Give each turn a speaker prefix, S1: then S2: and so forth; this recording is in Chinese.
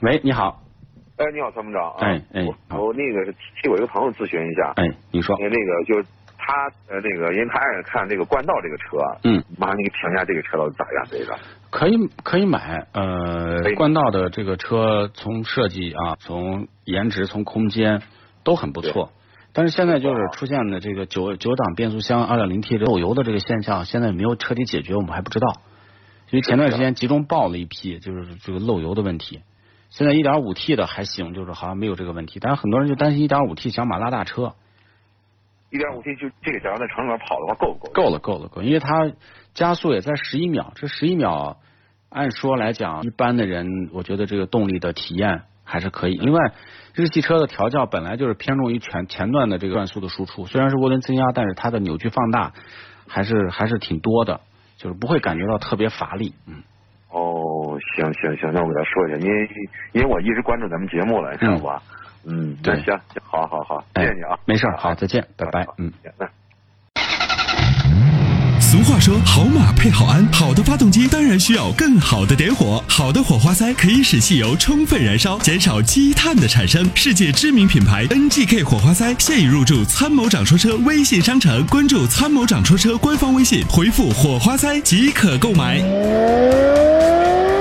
S1: 喂，你好，
S2: 哎，你好，参谋长啊。
S1: 哎哎好
S2: 我我那个是替替我一个朋友咨询一下，
S1: 哎，你说
S2: 因，为那个就是他呃那个，因为他爱看这个冠道这个车，啊
S1: 嗯，
S2: 麻烦你给评价这个车到底咋样？这个，
S1: 可以可以买，呃
S2: 可以，
S1: 冠道的这个车从设计啊，从颜值，从空间都很不错。但是现在就是出现的这个九九档变速箱二点零 T 漏油的这个现象，现在有没有彻底解决，我们还不知道。因为前段时间集中爆了一批，就是这个漏油的问题。现在一点五 T 的还行，就是好像没有这个问题。但是很多人就担心一点五 T 小马拉大车，
S2: 一点五 T 就这个，假如在城里面跑的话，够不够？
S1: 够了，够了，够了，因为它加速也在十一秒，这十一秒按说来讲，一般的人我觉得这个动力的体验还是可以。另外，日系车的调教本来就是偏重于前前段的这个转速的输出，虽然是涡轮增压，但是它的扭矩放大还是还是挺多的，就是不会感觉到特别乏力。嗯，
S2: 哦，行行行，那我给他说一下，因为因为我一直关注咱们节目了，你知道吧？嗯，那
S1: 对
S2: 行，行好好好，谢
S1: 哎
S2: 谢你啊，
S1: 没事儿，好，再见，拜拜
S2: 好，
S1: 嗯。，
S2: 行那。
S3: 俗话说，好马配好鞍，好的发动机当然需要更好的点火。好的火花塞可以使汽油充分燃烧，减少积碳的产生。世界知名品牌 NGK 火花塞现已入驻参谋长说车微信商城，关注参谋长说车官方微信，回复火花塞即可购买。